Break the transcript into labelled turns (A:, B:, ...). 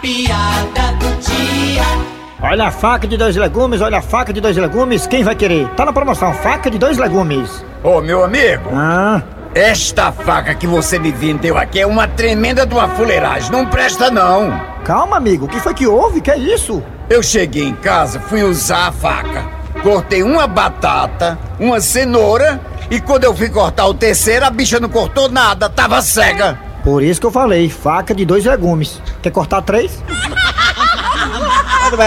A: piada do dia.
B: Olha a faca de dois legumes, olha a faca de dois legumes, quem vai querer? Tá na promoção, faca de dois legumes.
C: Ô, meu amigo,
B: Ah,
C: esta faca que você me vendeu aqui é uma tremenda de uma fuleiragem. Não presta, não.
B: calma amigo, o que foi que houve? Que é isso?
C: Eu cheguei em casa, fui usar a faca. Cortei uma batata, uma cenoura e quando eu fui cortar o terceiro, a bicha não cortou nada, tava cega.
B: Por isso que eu falei, faca de dois legumes. Quer cortar três?